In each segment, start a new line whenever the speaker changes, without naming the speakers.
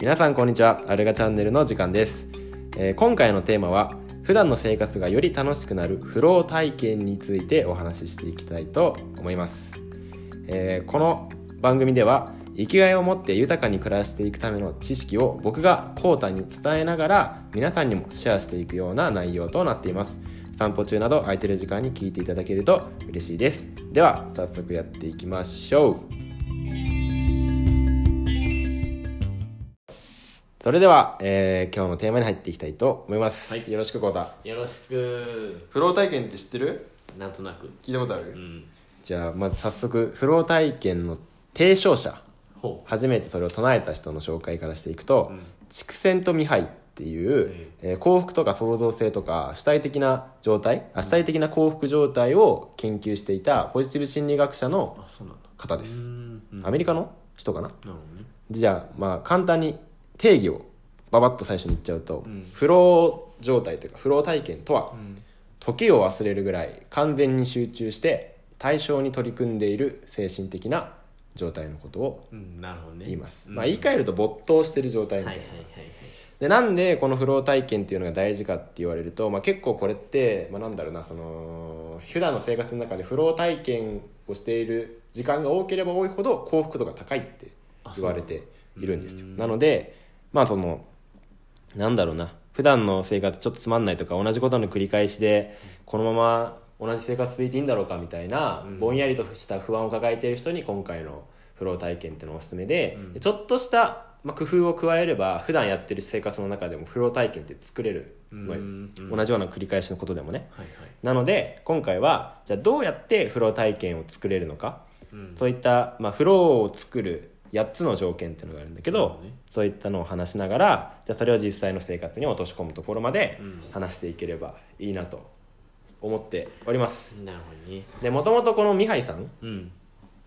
皆さんこんにちはアルガチャンネルの時間です、えー今回のテーマは普段の生活がより楽しくなるフロー体験についてお話ししていきたいと思います、えーこの番組では生きがいを持って豊かに暮らしていくための知識を僕がコータに伝えながら皆さんにもシェアしていくような内容となっています散歩中など空いてる時間に聞いていただけると嬉しいですでは早速やっていきましょうそれでは、えー今日のテーマに入っていきたいと思います、
はい
よろしくコータ
よろしく
フロー体験って知ってる
なんとなく
聞いたことある、
うん
じゃあまず早速フロー体験の提唱者
ほ
初めてそれを唱えた人の紹介からしていくと、
う、うん、
畜腺と未廃っていう、えー幸福とか創造性とか主体的な状態あ主体的な幸福状態を研究していたポジティブ心理学者の
あそうなんだ
方
う
で
ー
す、
んうん
アメリカの人かな
なるほどね
じゃあまあ簡単に定義をババッと最初に言っちゃうと、
うん
フロー状態というかフロー体験とは、
うん
時を忘れるぐらい完全に集中して対象に取り組んでいる精神的な状態のことを
うんなるほどね
言います、
うん
まあ言い換えると没頭してる状態みた
はいい
な、
はいはいはい
でなんでこのフロー体験っていうのが大事かって言われると、まあ、結構これって、まあ、なんだろうなその普段の生活の中でフロー体験をしている時間が多ければ多いほど幸福度が高いって言われているんですよ
うん
なのでまあそのなんだろうな普段の生活ちょっとつまんないとか同じことの繰り返しでこのまま同じ生活続いていいんだろうかみたいな
うん
ぼんやりとした不安を抱えている人に今回のフロー体験っていうのをおすすめで
うん
でちょっとしたまあ工夫を加えれば普段やってる生活の中でもフロー体験って作れるの
う
よ
んうん
同じような繰り返しのことでもね
はいはい
なので今回はじゃあどうやってフロー体験を作れるのか
うん
そういった、まあ、フローを作る8つの条件っていうのがあるんだけ
なる
ど、
ほどね
そういったのを話しながらじゃあそれを実際の生活に落とし込むところまで
うん
話していければいいなと思っております
なるほどね
でもともとこのミハイさん
うん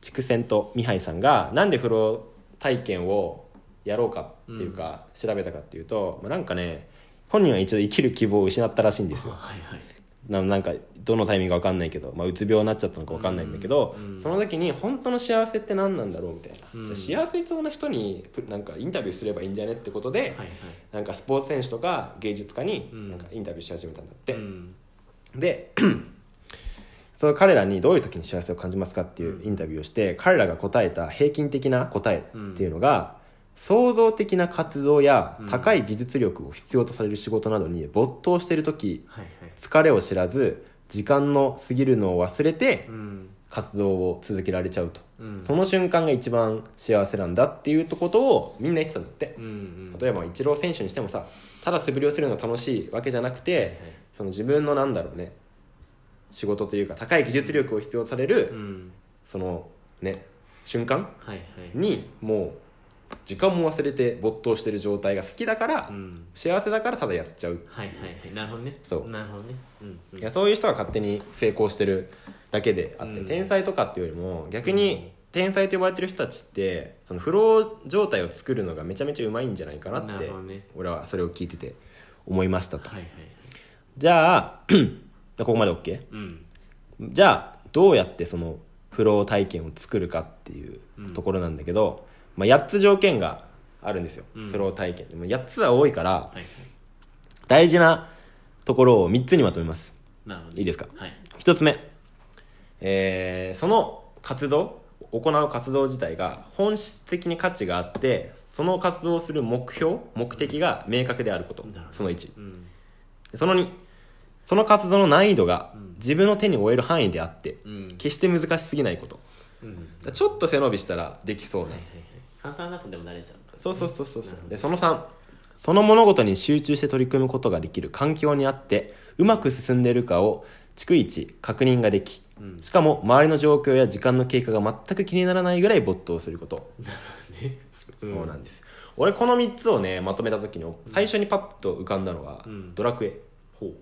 畜腺とミハイさんがなんでフロー体験をやろうかっていうか、調べたかっていうと、まあ、なんかね本人は一度生きる希望を失ったらしいんですよ
はいはい
ななんかどのタイミングか分かんないけど、まあ、うつ病になっちゃったのか分かんないんだけど、
うん
その時に本当の幸せって何なんだろうみたいな、
うん
じゃあ幸せそうな人にプなんかインタビューすればいいんじゃねってことで、
はいはい
なんかスポーツ選手とか芸術家に
うん
なんかインタビューし始めたんだって、
うん
でその彼らにどういう時に幸せを感じますかっていうインタビューをして彼らが答えた平均的な答えっていうのが、創造的な活動や
うん
高い技術力を必要とされる仕事などに没頭している時
はいはい
疲れを知らず時間の過ぎるのを忘れて
うん
活動を続けられちゃうと、
うん
その瞬間が一番幸せなんだっていうことをみんな言ってたんだって、
うんうん
例えばイチロー選手にしてもさただ素振りをするのが楽しいわけじゃなくて、その自分のなんだろうね仕事というか高い技術力を必要とされる、
うん
そのね瞬間
はいはい
にもう時間も忘れて没頭してる状態が好きだから、
うん
幸せだからただやっちゃう、
はいはいはいなるほどね
そう
なるほどねうんうん
いやそういう人が勝手に成功してるだけであって、
うん
天才とかっていうよりも逆
うん
に天才と呼ばれてる人たちってそのフロー状態を作るのがめちゃめちゃうまいんじゃないかな
な
っ
る
て
ほどね
俺はそれを聞いてて思いましたと、
はいはい
じゃあ ここまで OK?
うん
じゃあどうやってそのフロー体験を作るかっていうところなんだけど、まあ、8つ条件があるんですよ、
うん
フロー体験でも8つは多いから
はいはい
大事なところを3つにまとめます
なるほどね
いいですか
はい
1つ目、えーその活動行う活動自体が本質的に価値があってその活動をする目標目的が明確であること
なるほど
その1
うん
その2その活動の難易度が
うん
自分の手に負える範囲であって
うん
決して難しすぎないこと
うん
ちょっと背伸びしたらできそうな、
はいはいはい簡単なことでも慣れちゃうから
そうそうそうそうそう
なるほど
でその3その物事に集中して取り組むことができる環境にあってうまく進んでいるかを逐一確認ができ
うん
しかも周りの状況や時間の経過が全く気にならないぐらい没頭すること、
ね
そうなんです俺この3つをねまとめた時の最初にパッと浮かんだのは、
うん
ドラクエ
ほう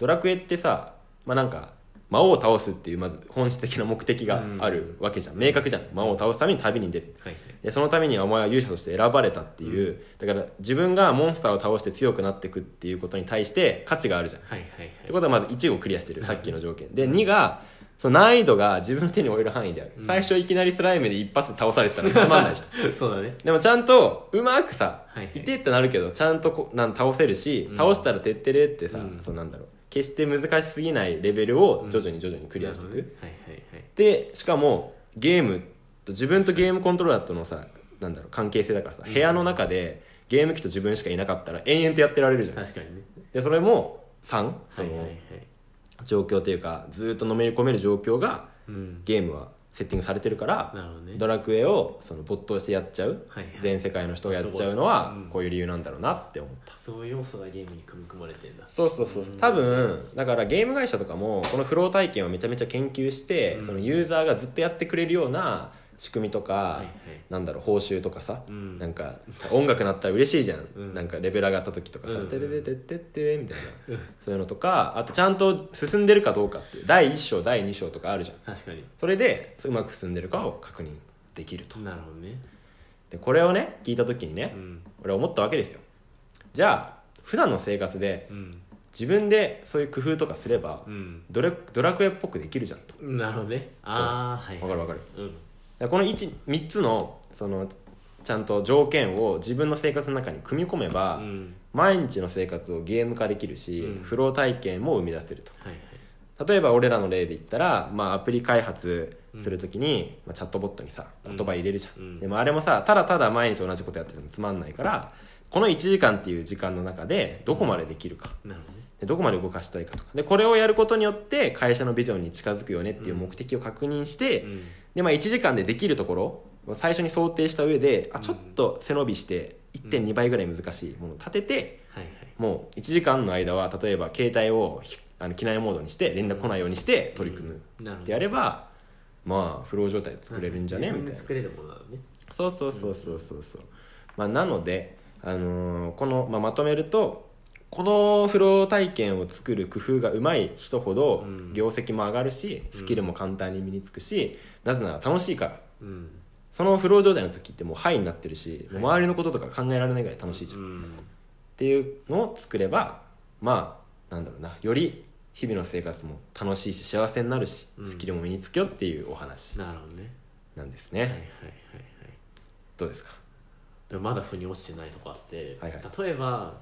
ドラクエってさまあなんか魔王を倒すっていうまず本質的な目的があるわけじゃん、明確じゃん魔王を倒すために旅に出る
はいはい
でそのためにはお前は勇者として選ばれたっていう、だから自分がモンスターを倒して強くなっていくっていうことに対して価値があるじゃんっ
はいはいはい
てことはまず1をクリアしてるさっきの条件で2がその難易度が自分の手に負える範囲である、
うん
最初いきなりスライムで一発で倒されてたらつまんないじゃん
そうだね
でもちゃんとうまくさ、
はいはい
てってなるけどちゃんとこなん倒せるし、
うん
倒したらてってれってさ、
うん
そうなんだろう決して難しすぎないレベルを
うん
徐々に徐々にクリアしていく、
なるほどねはいはいはい
でしかもゲームと自分とゲームコントローラーとのさなんだろう関係性だからさ、
うん
部屋の中でゲーム機と自分しかいなかったら延々とやってられるじゃん
確かにね
でそれも3そ
はいはいは
の
い
状況というかずーっとのめり込める状況が
うん
ゲームはセッティングされてるから
なるほどね
ドラクエをその没頭してやっちゃう
はいはい
全世界の人がやっちゃうのは
すごいうん
こういう理由なんだろうなって思う
そういう要素がゲームに組み込まれてんだ
そうそうそうそう
うん
多分だからゲーム会社とかもこのフロー体験をめちゃめちゃ研究して、
うん
そのユーザーがずっとやってくれるような仕組みとか、
はいはい
なんだろう報酬とかさ、
うん
なんか音楽なったら嬉しいじゃん、
うん
なんかレベル上がった時とかさ
う
「
ん
てててててて」みたいな、そういうのとかあとちゃんと進んでるかどうかっていう第1章第2章とかあるじゃん
確かに
それでうまく進んでるかを確認できると
なるほどね
でこれをね聞いた時にね、
うん
俺思ったわけですよじゃあ普段の生活で
うん
自分でそういう工夫とかすれば、
うん
ドラドラクエっぽくできるじゃんと
なるほどねああはい
わかるわかる
うん
だからこの3つのそのちゃんと条件を自分の生活の中に組み込めば、
うん
毎日の生活をゲーム化できるし、
うん
フロー体験も生み出せると
はいはい
例えば俺らの例で言ったら、まあ、アプリ開発するときに、まあ、チャットボットにさ
うん
言葉入れるじゃん、
うん
でもあれもさただただ毎日同じことやっててもつまんないからこの1時間っていう時間の中でどこまでできるか、
なるほどね
でどこまで動かしたいかとかでこれをやることによって会社のビジョンに近づくよねっていう目的を確認して、
うん
でまあ、1時間でできるところを最初に想定した上であ
うん
ちょっと背伸びして1.2倍ぐらい難しいものを立てて、
はいはい
もう1時間の間は例えば携帯をひあの機内モードにして連絡来ないようにして取り組む
うんなるほ
っ
ど
てやればまあフロー状態で作れるんじゃね
う
み
自
たい
分で
な
作れるものなのね
そうそうそうそうそうそう、まあ、なので、あのーこの、まあ、まとめるとこのフロー体験を作る工夫がうまい人ほど
うん
業績も上がるし、スキルも簡単に身につくしなぜなら楽しいから
うん
そのフロー状態の時ってもうハイになってるし、
はい
周りのこととか考えられないぐらい楽しいじゃん、
う
っ
ん
ていうのを作ればまあなんだろうなより日々の生活も楽しいし幸せになるし、
うん
スキルも身につけようっていうお話
なるほどね
なんですね、
はいはいはいはい
どうですか
でもまだ腑に落ちてないとこあって、
はいは
例えば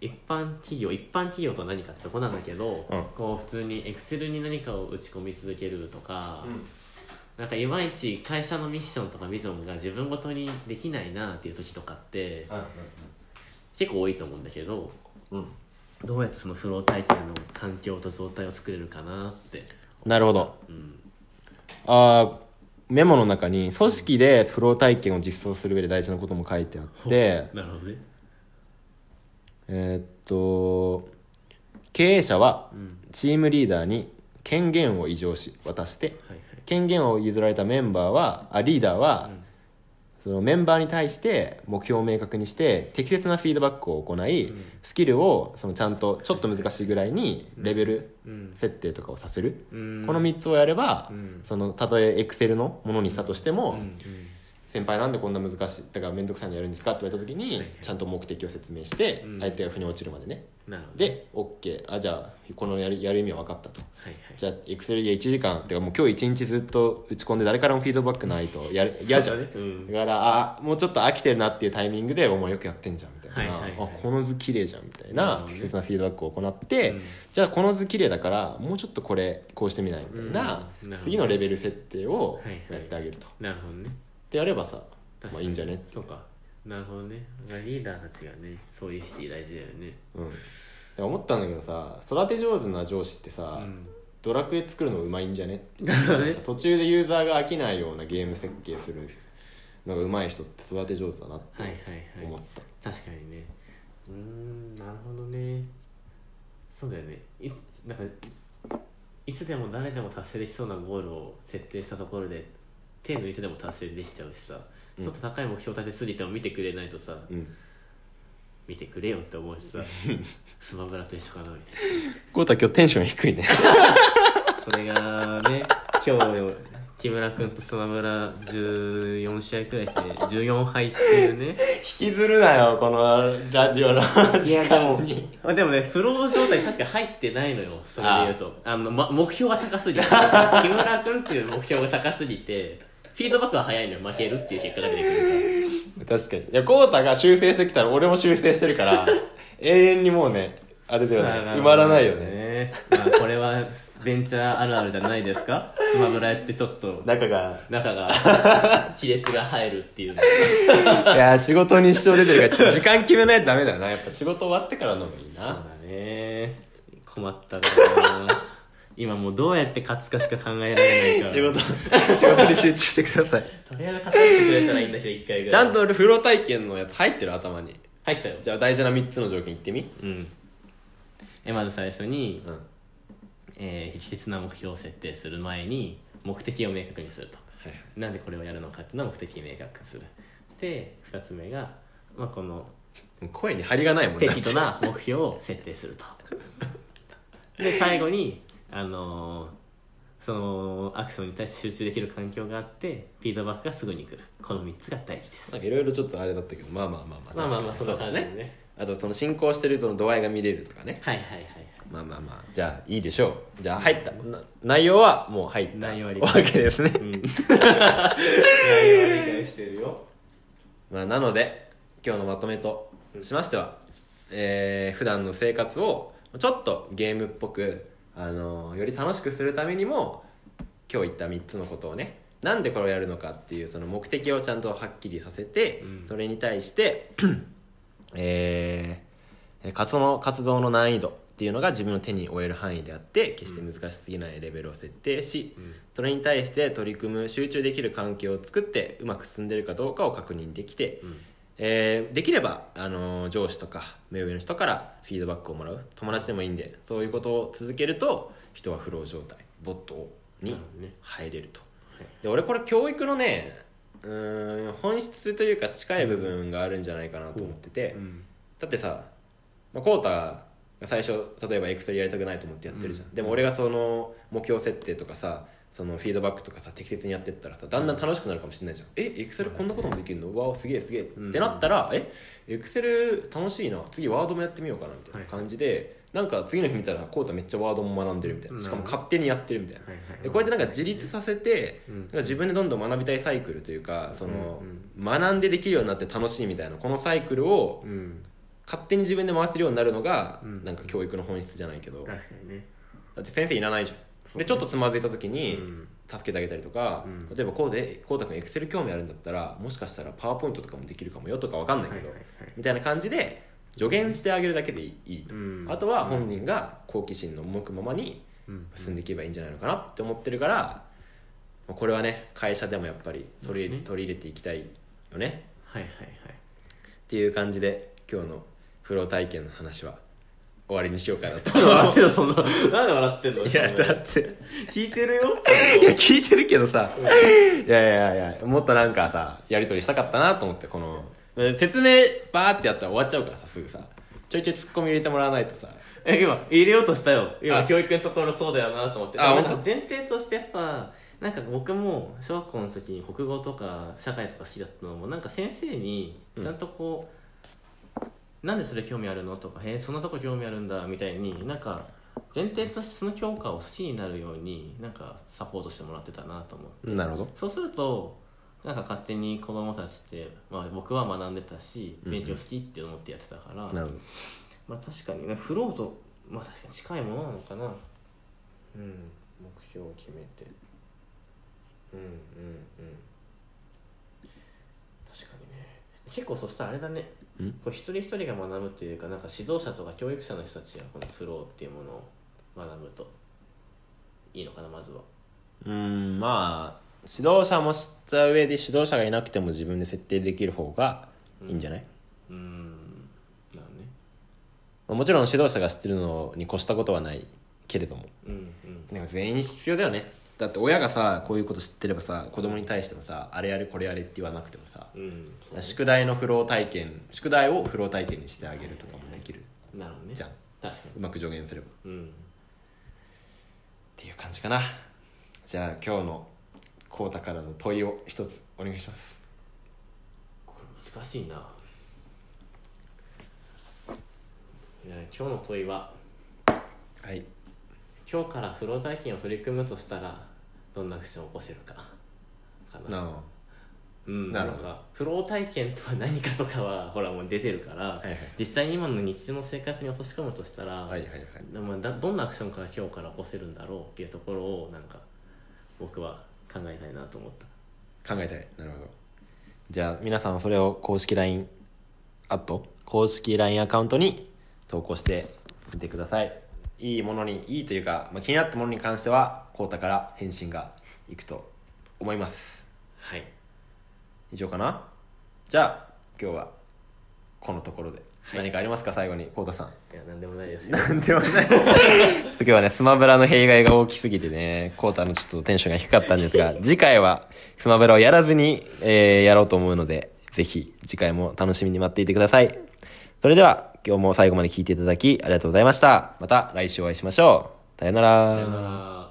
一般企業一般企業とは何かってとこなんだけど、
うん
こう普通にエクセルに何かを打ち込み続けるとか、
うん
なんかいまいち会社のミッションとかビジョンが自分ごとにできないなっていう時とかって結構多いと思うんだけど
うん
どうやってそのフロー体験の環境と状態を作れるかなって、
なるほど
うん、
あーメモの中に組織でフロー体験を実装する上で大事なことも書いてあって
なるほどね
えーっと経営者は
うん
チームリーダーに権限を委譲し渡して
はい
権限を譲られたメンバーはあリーダーは
はい、うん
そのメンバーに対して目標を明確にして適切なフィードバックを行い、
うん
スキルをそのちゃんとちょっと難しいぐらいにレベル
うん
設定とかをさせる、
うん
この3つをやれば、
うん
そのたとえエクセルのものにしたとしても、
うんうん
先輩なんでこんな難しいだから面倒くさいのやるんですかって言われた時に、
はいはい
ちゃんと目的を説明して、
うん
相手が腑に落ちるまでね
なるほどね
で OK あじゃあこのやるやる意味は分かったと
はいはい
じゃあエクセルで1時間てかもう今日1日ずっと打ち込んで誰からもフィードバックないとやる嫌じゃ
そ
ん
うだねうん
だからあもうちょっと飽きてるなっていうタイミングで「お前よくやってんじゃん」みたいな「
はいはいはい
あこの図綺麗じゃん」みたい
なるほ
な
どね
適切なフィードバックを行って、
うん
じゃあこの図綺麗だからもうちょっとこれこうしてみないみたいな、
うんなるほど
次のレベル設定を
はいはい
やってあげると。
なるほどね
ってやればさ、ま
確か
あ、
に
いいんじゃね
そうかなるほどねリーダーたちがねそういう意識大事だよね
うんで思ったんだけどさ育て上手な上司ってさ、
うん
ドラクエ作るのうまいんじゃね
なるほどね
途中でユーザーが飽きないようなゲーム設計するのがうまい人って育て上手だなって
はいはいはい
思った、
確かにねうーんなるほどねそうだよねいつなんかいつでも誰でも達成できそうなゴールを設定したところで手抜いてでも達成できちゃうしさ
うん
ちょっと高い目標達成すぎても見てくれないとさ、
うん
見てくれよって思 うしさスマブラと一緒かなみたいな
ゴータ今日テンション低いね
それがね今日木村君と砂村14試合くらいして14敗っていうね
引きずるなよこのラジオの時間に
まあでもねフロー状態確か入ってないのよそれで言うとあの、ま、目標が高す ぎて木村君っていう目標が高すぎてフィードバックは早いのよ負けるっていう結果が出てくるから
確かにいや浩太が修正してきたら俺も修正してるから 永遠にもうねあれだよね埋まらないよね
ね、まあ、これはベンチャーあるあるじゃないですかスマブラやってちょっと
中 が
中が亀裂が入るっていうの
いや仕事に支障出てるからち ょっと時間決めないとダメだよなやっぱ仕事終わってからのもいい
そう
な
だね困 ったな今もうどうやって勝つかしか考えられないから
仕事 仕事に集中してください
とりあえず勝たせてくれたらいいんだけど一回ぐ
ちゃ
らい
んと俺風呂体験のやつ入ってる頭に
入ったよ
じゃあ大事な3つの条件言ってみ
うんえまず最初に、
うんはい
えー、適切な目標を設定する前に目的を明確にするとなんでこれをやるのかっていうのを目的に明確にするで2つ目が、まあ、この
声に張りがないもん
適度な目標を設定するとで最後にあのーそのアクションに対して集中できる環境があってフィードバックがすぐに来るこの3つが大事です
なんかいろいろちょっとあれだったけどまあまあまあまあ
まあまあまあそ
確
ん
か
な
に
感
そう
じ
で
ですす
ね
ね
あとその進行してる人の度合いが見れるとかね
はいはいはいはい
まあまあまあじゃあいいでしょうじゃあ入ったな内容はもう入った
内容は理
わ
解
けですね、
うん内容は理解してるよ
まあ、なので今日のまとめとしましては、えー、普段の生活をちょっとゲームっぽく、あのーより楽しくするためにも今日言った3つのことをねなんでこれをやるのかっていうその目的をちゃんとはっきりさせて、
うん
それに対して、えーえー活動の活動の難易度っていうのが自分の手に負える範囲であって決して難しすぎないレベルを設定し、
うん
それに対して取り組む集中できる環境を作ってうまく進んでるかどうかを確認できて、
うん
えーできれば、あのー上司とか目上の人からフィードバックをもらう友達でもいいんでそういうことを続けると人はフロー状態ボットに
なるほどね
入れると、
はい
で俺これ教育のねうーん本質というか近い部分があるんじゃないかなと思ってて、
うん
だってさまあ浩太、が最初例えばエクセルやりたくないと思ってやってるじゃん、
うん
でも俺がその目標設定とかさそのフィードバックとかさ適切にやってったらさだんだん楽しくなるかもしれないじゃん、えエクセルこんなこともできるのわおすげえすげえ、
うん
ってなったらえエクセル楽しいな次ワードもやってみようかなみたいな感じで、なんか次の日見たら浩太めっちゃワードも学んでるみたいなしかも勝手にやってるみたいな、
はいはい
でこうやってなんか自立させて、
うん
なんか自分でどんどん学びたいサイクルというかその、
う
学んでできるようになって楽しいみたいなこのサイクルを
うん
勝手に自分で回せるようになるのが、
うん
なんか教育の本質じゃないけど、だ
確かにね
って先生いらないじゃんでちょっとつまずいた時に
うん
助けてあげたりとか、
うん
例えばこうでこうたくんエクセル興味あるんだったらもしかしたらパワーポイントとかもできるかもよとかわかんないけど、
はいはいはい
みたいな感じで助言してあげるだけでいいと、
うん
あとは本人が好奇心の向くままに
うん
進んでいけばいいんじゃないのかなって思ってるから、まあこれはね会社でもやっぱり取り,、
うん
取り入れていきたいよね
はいはい
っていう感じで今日の風呂体験の話は終わりにしようかなと
はい笑ってんのそんななんで笑ってん の
いやだって
聞いてるよ
いや聞いてるけどさいやいやいやもっとなんかさやり取りしたかったなと思ってこの説明バーってやったら終わっちゃうからさすぐさちょいちょいツッコミ入れてもらわないとさ
え今入れようとしたよ今
あ
教育のところそうだよなと思って
あ
なんか
本当
前提としてやっぱなんか僕も小学校の時に国語とか社会とか好きだったのもなんか先生にちゃんとこう、なんでそれ興味あるのとかへえそんなとこ興味あるんだみたいになんか前提としてその教科を好きになるようになんかサポートしてもらってたなと思う
なるほど
そうするとなんか勝手に子供たちって、まあ、僕は学んでたし勉強好きって思ってやってたから、
なるほど
まあ確かにねフローとまあ確かに近いものなのかなうん目標を決めてうんうんうん確かにね結構そしたらあれだね
ん
こう一人一人が学ぶっていうかなんか指導者とか教育者の人たちがこのフローっていうものを学ぶといいのかなまずは
うーんまあ指導者も知った上で指導者がいなくても自分で設定できる方がいいんじゃない、
うんなるね
まあもちろん指導者が知ってるのに越したことはないけれども
うんうん
なんか全員必要だよねだって親がさこういうこと知ってればさ子供に対してもさあれやれこれやれって言わなくてもさ
うんそう
宿題の不老体験宿題を不老体験にしてあげるとかもできる
なるほどね
じゃん
確か
うまく助言すればっ
にうん
ていう感じかなじゃあ今日のこうたからの問いを一つお願いします
これ難しいな。いや今日の問いは
はい
今日からフロー体験を取り組むとしたらどんなアクションを起こせるかかな
なあ
うん、
な
な
る
ん
ほど
かフロー体験とは何かとかはほらもう出てるから、
はいはい
実際に今の日常の生活に落とし込むとしたら、
はいはいはい
まあ、だどんなアクションから今日から起こせるんだろうっていうところをなんか僕は考えたいなと思った
考えたいなるほどじゃあ皆さんはそれを公式 LINE アット公式 LINE アカウントに投稿してみてくださいいいものにいいというか、まあ、気になったものに関してはこうたから返信がいくと思います
はい
以上かなじゃあ今日はこのところで、
はい
何かありますか最後にこうたさん
いや何でもないですよ
なんでもないちょっと今日はねスマブラの弊害が大きすぎてねコータのちょっとテンションが低かったんですが次回はスマブラをやらずに、えーやろうと思うのでぜひ次回も楽しみに待っていてくださいそれでは今日も最後まで聞いていただきありがとうございましたまた来週お会いしましょうさよう
さよなら